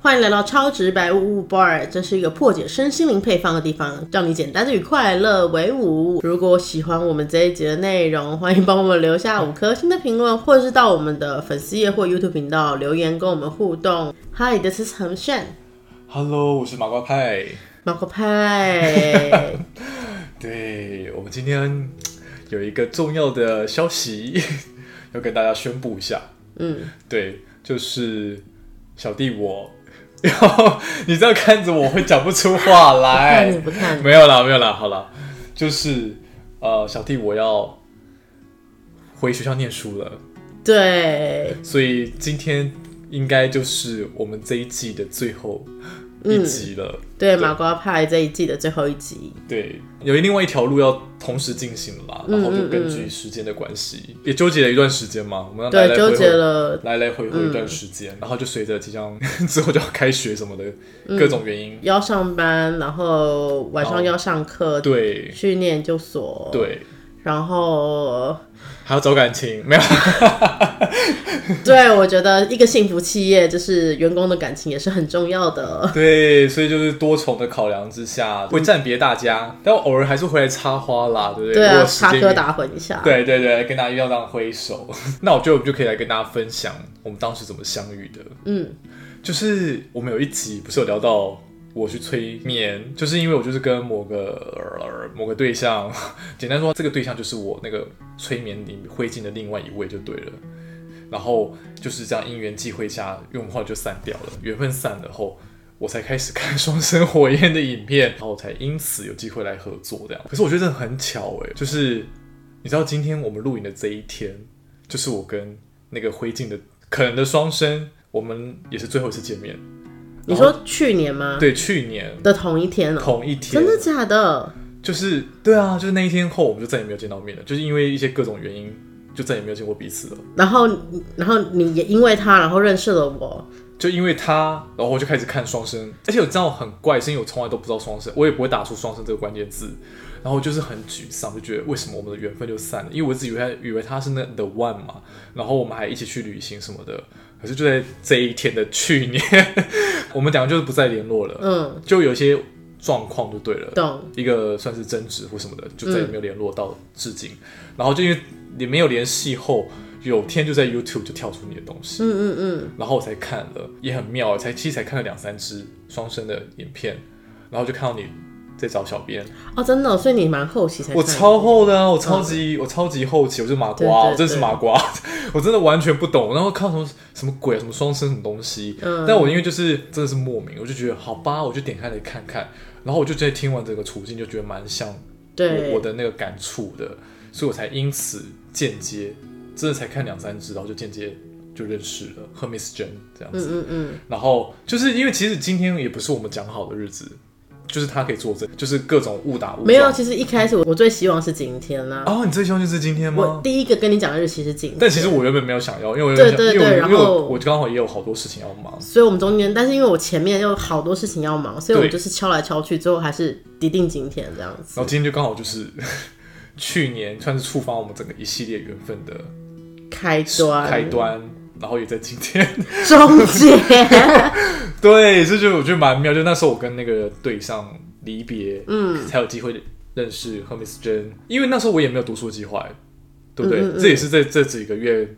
欢迎来到超直白物物 bar，这是一个破解身心灵配方的地方，让你简单的与快乐为伍。如果喜欢我们这一集的内容，欢迎帮我们留下五颗星的评论，或者是到我们的粉丝页或 YouTube 频道留言跟我们互动。Hi，这是陈炫， Hello，我是麻瓜派。马可派。对我们今天有一个重要的消息要跟大家宣布一下。嗯，对，就是小弟我，然后你这样看着我会讲不出话看 来你。不看，没有啦，没有啦，好啦，就是呃，小弟我要回学校念书了，对，所以今天应该就是我们这一季的最后一集了。对，麻瓜派这一季的最后一集，对，有另外一条路要同时进行啦，嗯然后就根据时间的关系，也纠结了一段时间嘛。我们要来对，来回纠回结了，嗯来来回回一段时间，然后就随着即将 之后就要开学什么的、各种原因，要上班，然后晚上哦要上课，对去念研究所，，对，然后呃还要找感情，没有 对，我觉得一个幸福企业就是员工的感情也是很重要的。对，所以就是多重的考量之下，会暂别大家，但我偶尔还是回来插花啦，对不对？对如啊，果时插间科允打诨一下。，对对对，跟大家要当挥手。 那我觉得我们就可以来跟大家分享我们当时怎么相遇的。嗯，就是我们有一集不是有聊到我去催眠，就是因为我就是跟某个、某个对象，简单说，这个对象就是我那个催眠里灰烬的另外一位就对了。然后就是这样因缘际会下，因为我们后来就散掉了，缘分散了后，我才开始看《双生火焰》的影片，然后才因此有机会来合作这样。可是我觉得真的很巧哎、就是你知道今天我们录影的这一天，就是我跟那个灰烬的可能的双生，我们也是最后一次见面。你说去年吗？对，去年的同一天哦、同一天真，的假的？就是对啊，就是那一天后，我们就再也没有见到面了，就是因为一些各种原因，就再也没有见过彼此了。然后，然后你也因为他，然后认识了我。就因为他，然后我就开始看双生，而且我知道很怪，是因为我从来都不知道双生，我也不会打出双生这个关键字，然后我就是很沮丧，就觉得为什么我们的缘分就散了？因为我一直以为他以为他是那 the one 嘛，然后我们还一起去旅行什么的，可是就在这一天的去年，我们两个就是不再联络了，嗯，就有一些状况就对了，懂。一个算是争执或什么的，就再也没有联络到至今。然后就因为也没有联系后，有天就在 YouTube 就跳出你的东西，嗯嗯嗯，然后我才看了，也很妙，才其实才看了两三支双生的影片，然后就看到你在找小编，哦，真的哦、所以你蛮后期才看我超厚的啊，我超级、我超级后期，我就是麻对瓜，啊对我真的是对麻瓜， 我真的完全不懂，然后看什么什么鬼啊，什么双生什么东西，嗯但我因为就是真的是莫名，我就觉得好吧，我就点开来看看，然后我就觉得听完整个处境就觉得蛮像对我我的那个感触的，所以我才因此间接真的才看两三支，然后就间接就认识了 Hermes Jen 这样子。嗯嗯嗯，然后就是因为其实今天也不是我们讲好的日子，就是他可以作证，就是各种误打误撞没有。其实一开始我我最希望是今天啦、哦，你最希望就是今天我吗？第一个跟你讲的日期是今天，但其实我原本没有想要，因为我原本想对对因为对我然因后为哦我我刚好也有好多事情要忙，所以我们中间，但是因为我前面有好多事情要忙，所以我对就是敲来敲去，最后还是一定今天这样子然后今天就刚好就是 去年算是触发我们整个一系列缘分的开端，开端，然后也在今天。终结。对，这就我觉得蛮妙，就那时候我跟那个对象离别，嗯，才有机会认识 Hermes Jen，因为那时候我也没有读书计划，对不对？嗯嗯嗯这也是这这几个月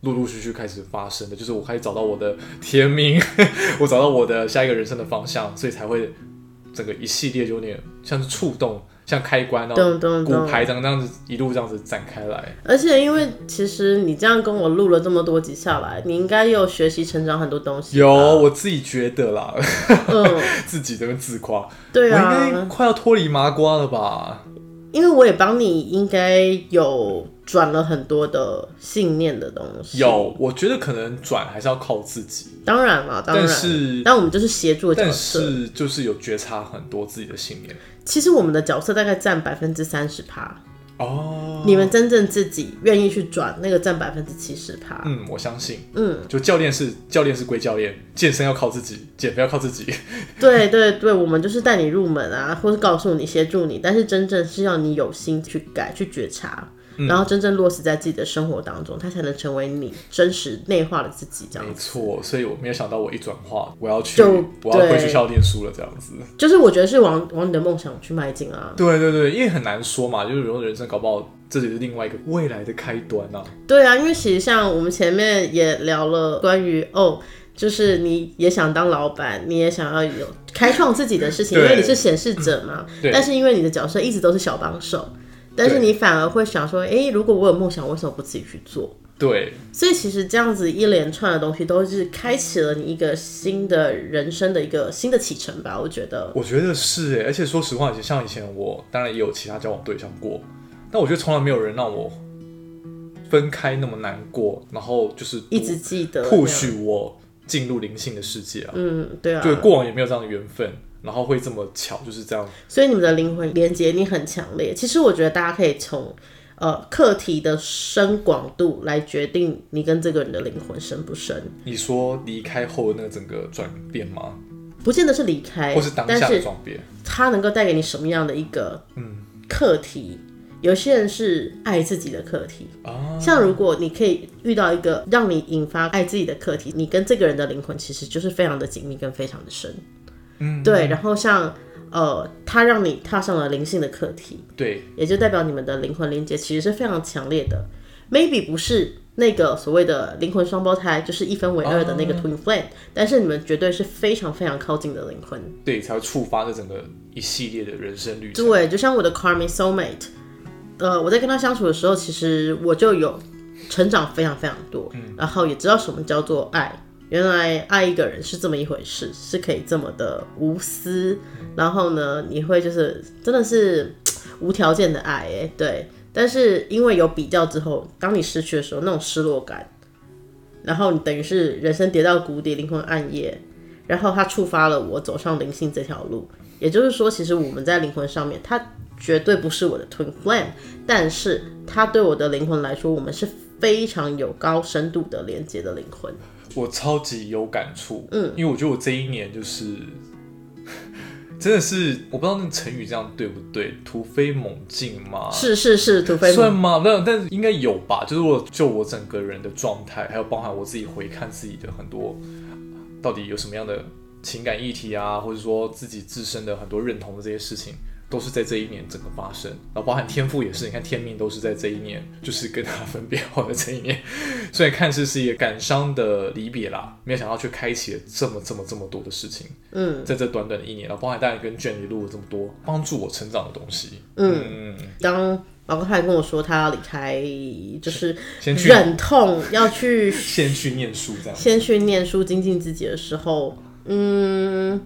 陆陆续续开始发生的，就是我开始找到我的天命， 我找到我的下一个人生的方向，所以才会整个一系列就有点像是触动，像开关，然后懂懂骨懂。牌这样这样子一路这样子展开来。 而且因为其实你这样跟我录了这么多集下来，你应该也有学习成长很多东西。有，，我自己觉得啦， 嗯，自己这边自夸，我对应该啊，快要脱离麻瓜了吧？因为我也帮你应该有转了很多的信念的东西。，有，我觉得可能转还是要靠自己，当然了，当然。但是但我们就是协助的角但色。是就是有觉察很多自己的信念其实我们的角色大概占百分之三十趴。哦。你们真正自己愿意去转，那个占百分之七十趴。嗯，我相信，嗯，就教练是教练是归教练，健身要靠自己，减肥要靠自己。对对对，我们就是带你入门啊，或是告诉你、协助你，但是真正是要你有心去改、去觉察。嗯然后真正落实在自己的生活当中，它才能成为你真实内化的自己。这没样子，错，所以我没有想到我一转化，我要去，就我要对回学校念书了，这样子。就是我觉得是往往你的梦想去迈进啊。对对对，因为很难说嘛，就是有时候人生搞不好这只是另外一个未来的开端啊。对啊，因为其实像我们前面也聊了关于哦，就是你也想当老板，你也想要有开创自己的事情，因对嗯为你是显示者嘛。对但是因为你的角色一直都是小帮手，但是对你反而会想说，诶，如果我有梦想，为什么不自己去做？对，所以其实这样子一连串的东西，都是开启了你一个新的人生的一个新的启程吧。我觉得，我觉得是哎，而且说实话，像以前我当然也有其他交往对象过，但我觉得从来没有人让我分开那么难过，然后就是一直记得或这样许我进入灵性的世界啊。嗯，对啊，对，过往也没有这样的缘分，然后会这么巧，就是这样。所以你们的灵魂连接力很强烈。其实我觉得大家可以从呃课题的深广度来决定你跟这个人的灵魂深不深，你说离开后的那个整个转变吗？不见得是离开，或是当哎但下的是转变？它能够带给你什么样的一个嗯课题？有些人是爱自己的课题，啊像如果你可以遇到一个让你引发爱自己的课题，你跟这个人的灵魂其实就是非常的紧密跟非常的深，嗯，对。然后像呃，他让你踏上了灵性的课题，对，也就代表你们的灵魂连接其实是非常强烈的。Maybe 不是那个所谓的灵魂双胞胎，就是一分为二的那个 twin flame，、但是你们绝对是非常非常靠近的灵魂。对，才会触发这整个一系列的人生旅程。对，就像我的 karmic soulmate，呃，我在跟他相处的时候，其实我就有成长非常非常多，嗯然后也知道什么叫做爱。原来爱一个人是这么一回事，是可以这么的无私，然后呢，你会就是真的是无条件的爱，哎，对。但是因为有比较之后，当你失去的时候，那种失落感，然后你等于是人生跌到谷底，灵魂暗夜，然后它触发了我走上灵性这条路。也就是说，其实我们在灵魂上面，它绝对不是我的 twin flame，但是它对我的灵魂来说，我们是非常有高深度的连接的灵魂。我超级有感触，嗯，因为我觉得我这一年就是 真的是，我不知道那个成语这样对不对，突飞猛进嘛，是是是，土匪算吗？那但是应该有吧，就是我就我整个人的状态，还有包含我自己回看自己的很多，到底有什么样的情感议题啊，或者说自己自身的很多认同的这些事情。都是在这一年整个发生，然后包含天赋也是，你看天命都是在这一年，就是跟他分别后的这一年，虽然看似是一个感伤的离别啦，没有想到却开启了这么这么这么多的事情，嗯在这短短的一年，然后包含大家跟卷一录了这么多帮助我成长的东西，嗯，嗯，刚毛哥派跟我说他要离开，就是先去忍痛要去先去念书这样。先去念书精进自己的时候，嗯，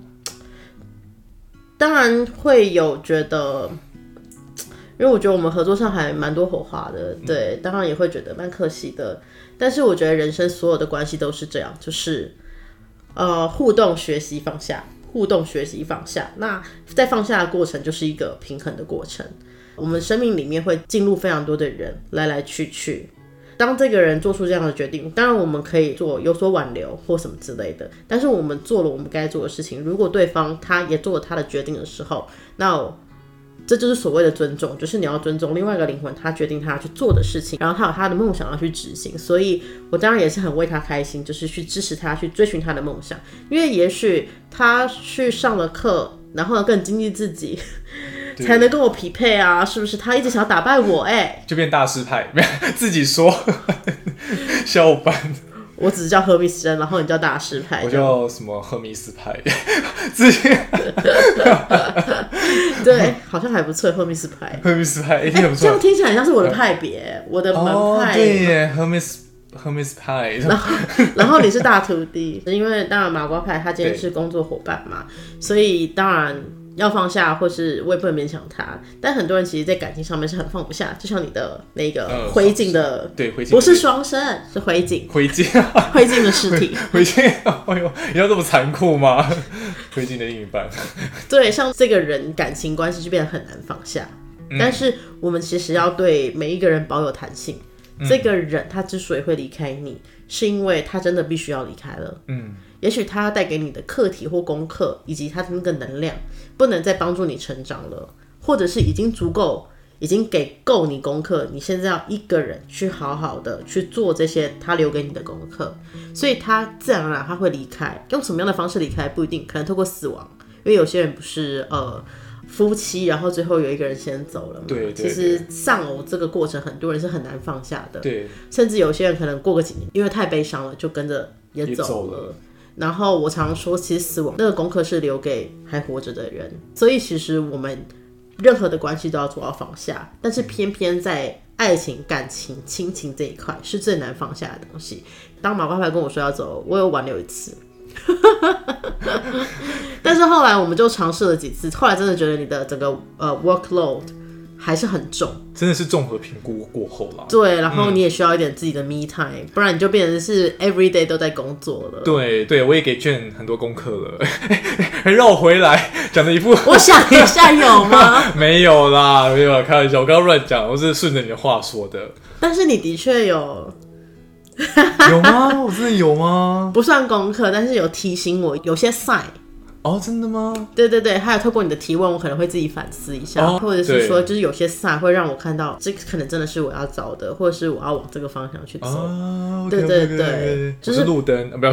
当然会有觉得，因为我觉得我们合作上还蛮多火花的，对，当然也会觉得蛮可惜的。但是我觉得人生所有的关系都是这样，就是呃，互动、学习、放下，互动、学习、放下。那在放下的过程就是一个平衡的过程。我们生命里面会进入非常多的人，来来去去。当这个人做出这样的决定，当然我们可以做有所挽留或什么之类的，但是我们做了我们该做的事情。如果对方他也做了他的决定的时候，那我这就是所谓的尊重，就是你要尊重另外一个灵魂，他决定他要去做的事情，然后他有他的梦想要去执行。所以我当然也是很为他开心，就是去支持他去追寻他的梦想，因为也许他去上了课，然后更精进自己， 对才能跟我匹配啊，是不是？他一直想要打败我、哎，就变大师派， 没有自己说 小伙伴，我只是叫何密斯人，然后你叫大师派我，叫什么赫密斯派， 自己对，好像还不错，赫密斯派。赫密斯派一定很不这样错。听起来很像是我的派别，我的门哦，派。对耶，赫密斯赫密斯派，然后你是大徒弟， 因为当然麻瓜派他今天是工作伙伴嘛，所以当然要放下，或是我也不能勉强他。但很多人其实，在感情上面是很放不下，就像你的那个嗯灰烬的，对灰烬嗯不是双生，是灰烬，灰烬， 灰烬的尸体。灰烬，哎呦，你要这么残酷吗？ 灰烬的另一半，对，像这个人感情关系就变得很难放下。嗯但是我们其实要对每一个人保有弹性。嗯这个人他之所以会离开你，是因为他真的必须要离开了。嗯，也许他带给你的课题或功课，以及他的那个能量，不能再帮助你成长了，或者是已经足够已经给够你功课，你现在要一个人去好好的去做这些他留给你的功课，所以他自然而然他会离开，用什么样的方式离开不一定，可能透过死亡，因为有些人不是呃夫妻，然后最后有一个人先走了嘛，对对其实丧偶这个过程很多人是很难放下的，对，甚至有些人可能过个几年，因为太悲伤了，就跟着也也走走了了。然后我常说，其实死亡那个功课是留给还活着的人，所以其实我们任何的关系都要做到放下，但是偏偏在爱情、感情、亲情这一块是最难放下的东西。当马爸爸跟我说要走，我有挽留一次， 但是后来我们就尝试了几次，后来真的觉得你的整个呃 workload 还是很重。真的是综合评估过后啦。对，然后你也需要一点自己的 me time，、不然你就变成是 every day 都在工作了。对对，我也给卷很多功课了，还绕回来讲的一副我想一下有吗？ 没有啦，没有啦，开玩笑，我刚刚乱讲，我是顺着你的话说的，但是你的确有 有吗？我真的有吗？不算功课，但是有提醒我有些 sign。哦，真的 吗？对对对，还有透过你的提问，我可能会自己反思一下，哦或者是说，对就是有些 sign 会让我看到这个可能真的是我要找的，或者是我要往这个方向去走。啊，对对 OK，OK，OK，OK，OK，对 OK，就就是是路灯， 啊，不要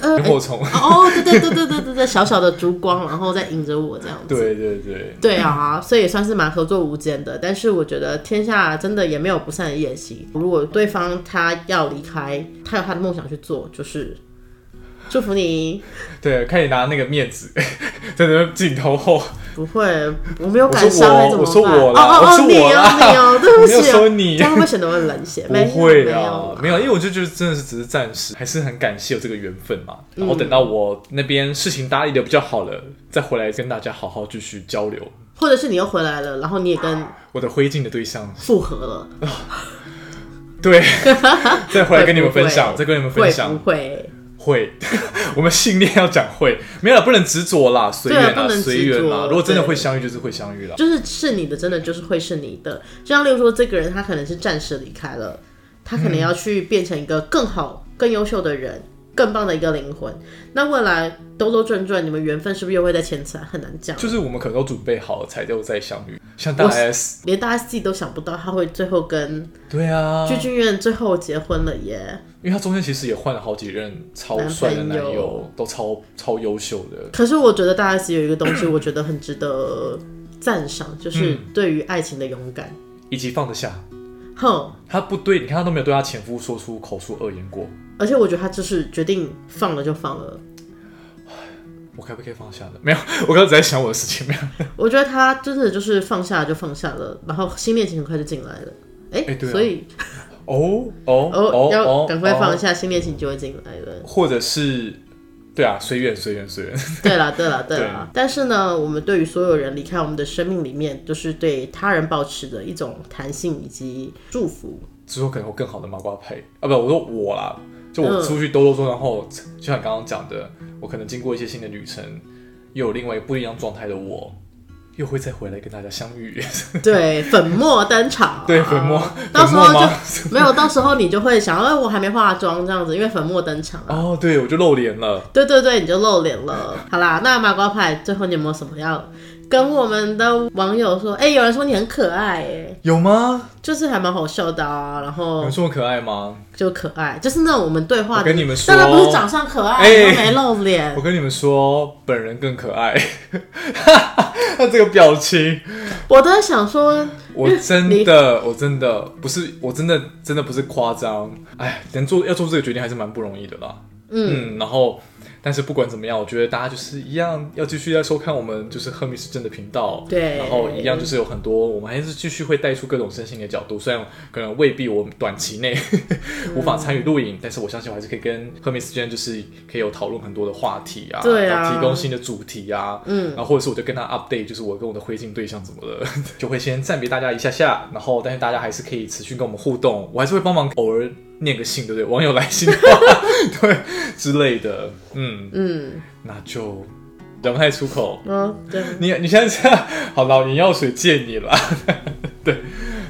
呃，萤火 虫，哦，对对对对对对对，小小的烛光，然后再引着我这样子。对对对，对啊，所以也算是蛮合作无间的。但是我觉得天下真的也没有不散的宴席。如果对方他要离开，他有他的梦想去做，就是祝福你。对，看你拿那个面子 在那边镜头后，不会，我没有我感说伤，我还怎么我说办？我哦啦哦我哦，说你我哦啦 你哦，对不起我没有哦，说你这样会不会显得我很冷血？不 没有没会啊啦有，没有，因为我就觉得真的是只是暂时，还是很感谢有这个缘分嘛。嗯然后等到我那边事情打理的比较好了，再回来跟大家好好继续交流。或者是你又回来了，然后你也跟我的灰烬的对象，复合了， 对，再回来跟你会们不会分享，再跟你们分享会不，会？会， 我们信念要讲会，没有啦，不能执着啦，随对啊缘不啦，能随执缘着啦。如果真的对会相遇，就是会相遇啦。就是是你的，真的就是会是你的。就像例如说，这个人他可能是暂时离开了，他可能要去变成一个更好、更优秀的人，更棒的一个灵魂。那未来兜兜转转，你们缘分是不是又会再牵扯？很难讲。就是我们可能都准备好了，才又再相遇。像大我是 S，连大家自己都想不到，他会最后跟对啊，具俊晔最后结婚了耶。因为他中间其实也换了好几任超帅的男男朋友友，都超超优秀的。可是我觉得大 S 有一个东 西，我觉得很值得赞赏，就是嗯对于爱情的勇敢。以及放得下。哼，她不对，你看她都没有对她前夫说出口出恶言过。而且我觉得他就是决定放了就放了。我该不该放下呢？ 没有，我刚刚只在想我的事情。没有，我觉得他真的就是放下就放下了，然后新恋情很快就进来了。哎、哎对啊所以哦哦哦，要赶快放哦下，新恋情就会进来了。或者是，对啊，随缘随缘随缘。对啦，对啦，对啦。但是呢，我们对于所有人离开我们的生命里面，就是对他人保持着一种弹性以及祝 福。之后可能会更好的麻瓜配啊，不，我说我啦，就嗯我出去兜兜转，然后就像刚刚讲的，我可能经过一些新的旅程，又有另外一个不一样状态的我，又会再回来跟大家相 遇。对，粉末登场。 对，粉末，到粉时末候吗？ 就没有，到时候你就会想，哎，我还没化妆这样子，因为粉末登场啊。哦，对，我就露脸了。对对对，你就露脸 了。好啦，那麻瓜派最后你有没有什么要跟我们的网友说？哎、有人说你很可爱、哎，有吗？就是还蛮好笑的啊，然有后人说我可爱吗？就可爱，就是那种我们对话的，我跟你们说当然不是长相可爱，哎都没露脸我，跟你们说，本人更可爱。 他这个表情，我都在想说， 我真的，我真的不是，我真的真的不是夸张。哎，能做要做出这个决定还是蛮不容易的啦。嗯然后，但是不管怎么样，我觉得大家就是一样要继续在收看我们就是赫密斯镇的频道。对然后一样就是有很多，我们还是继续会带出各种身心的角度，虽然可能未必我短期内嗯无法参与录影，但是我相信我还是可以跟赫密斯之间就是可以有讨论很多的话题啊，对啊然后提供新的主题啊，嗯，然后或者是我就跟他 update，就是我跟我的灰烬对象怎么了， 就会先暂别大家一下下，然后但是大家还是可以持续跟我们互动，我还是会帮忙偶尔念个信，对不对？网友来信的话， 对之类的，嗯，嗯那就讲不太出口。嗯，对，你你现在这样，好了，眼药水借你了， 对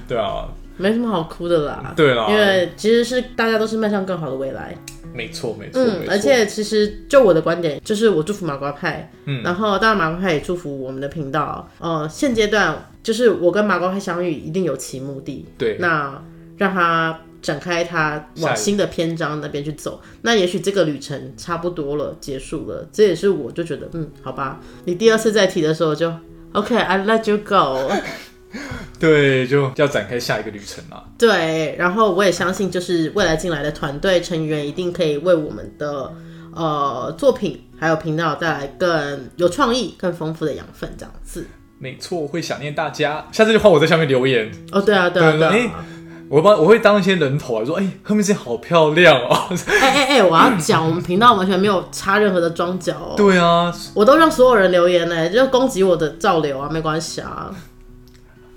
对啊，没什么好哭的啦，对啦啊因为其实是大家都是迈向更好的未来，没错没错，嗯没，错而且其实就我的观点，就是我祝福麻瓜派，嗯然后当然麻瓜派也祝福我们的频道。呃，现阶段就是我跟麻瓜派相遇一定有其目的，对那让他展开他下一往个新的篇章那边去走。那也许这个旅程差不多了，结束了，这也是我就觉得，嗯，好吧，你第二次再提的时候就 OK，I、let you go。对，就要展开下一个旅程啦。对，然后我也相信，就是未来进来的团队成员一定可以为我们的呃作品还有频道带来更有创意、更丰富的养分，这样子。没错，会想念大家。下次就换我在下面留言，哦，对啊，对啊，对对对啊。我帮我会当一些人头啊，说哎，贺明姐好漂亮哦。 哎哎哎，我要讲，我们频道完全没有插任何的装脚哦。对啊，我都让所有人留言呢、就攻击我的照流啊，没关系啊。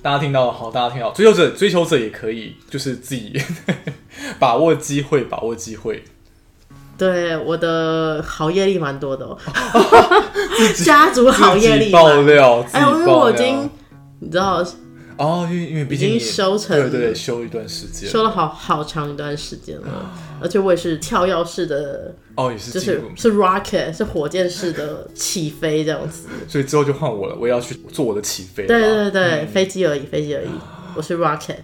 大家听到了好，大家听到了追求者追求者也可以，就是自己 把握机会，把握机会。对，我的好业力蛮多的 哦，家族好业自己力蛮爆料，自己哎，因为爆我已料经你知道哦，因为因为毕已竟你经收成对对对，修一段时间修了好好长一段时间了，而且我也是跳跃式的，哦，也是就进是入，是 rocket 是火箭式的 起飞这样子。所以之后就换我了，我也要去做我的起飞了吧。对对嗯对，飞机而已，飞机而已，啊我是 rocket。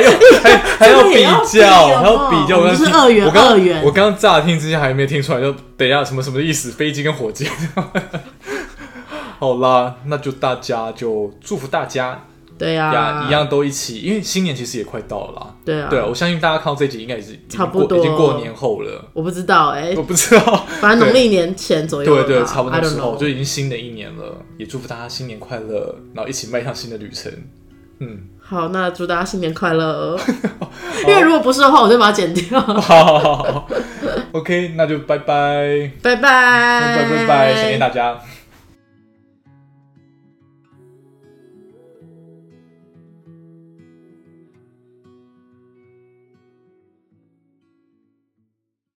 有还还要这个比也要比较，好不好还要比较。我刚们是听二元我刚二元我刚刚乍听之下还没听出来，就等一下什么什么意思？飞机跟火箭。 好啦，那就大家就祝福大家对呀，啊，一，样都一起，因为新年其实也快到了啦。对啊，对，我相信大家看到这集应该也是已经差不过已经多过年后了，我不知道哎我，不知 道。反正农历年前左右了对吧哦对，差不多 I don't 时候 know 就已经新的一年了，也祝福大家新年快乐，然后一起迈向新的旅程。嗯，好，那祝大家新年快 乐。哦哦因为如果不是的话，我就把它剪掉。好好 好好，OK，那就拜拜，拜拜，拜拜拜，想念大家。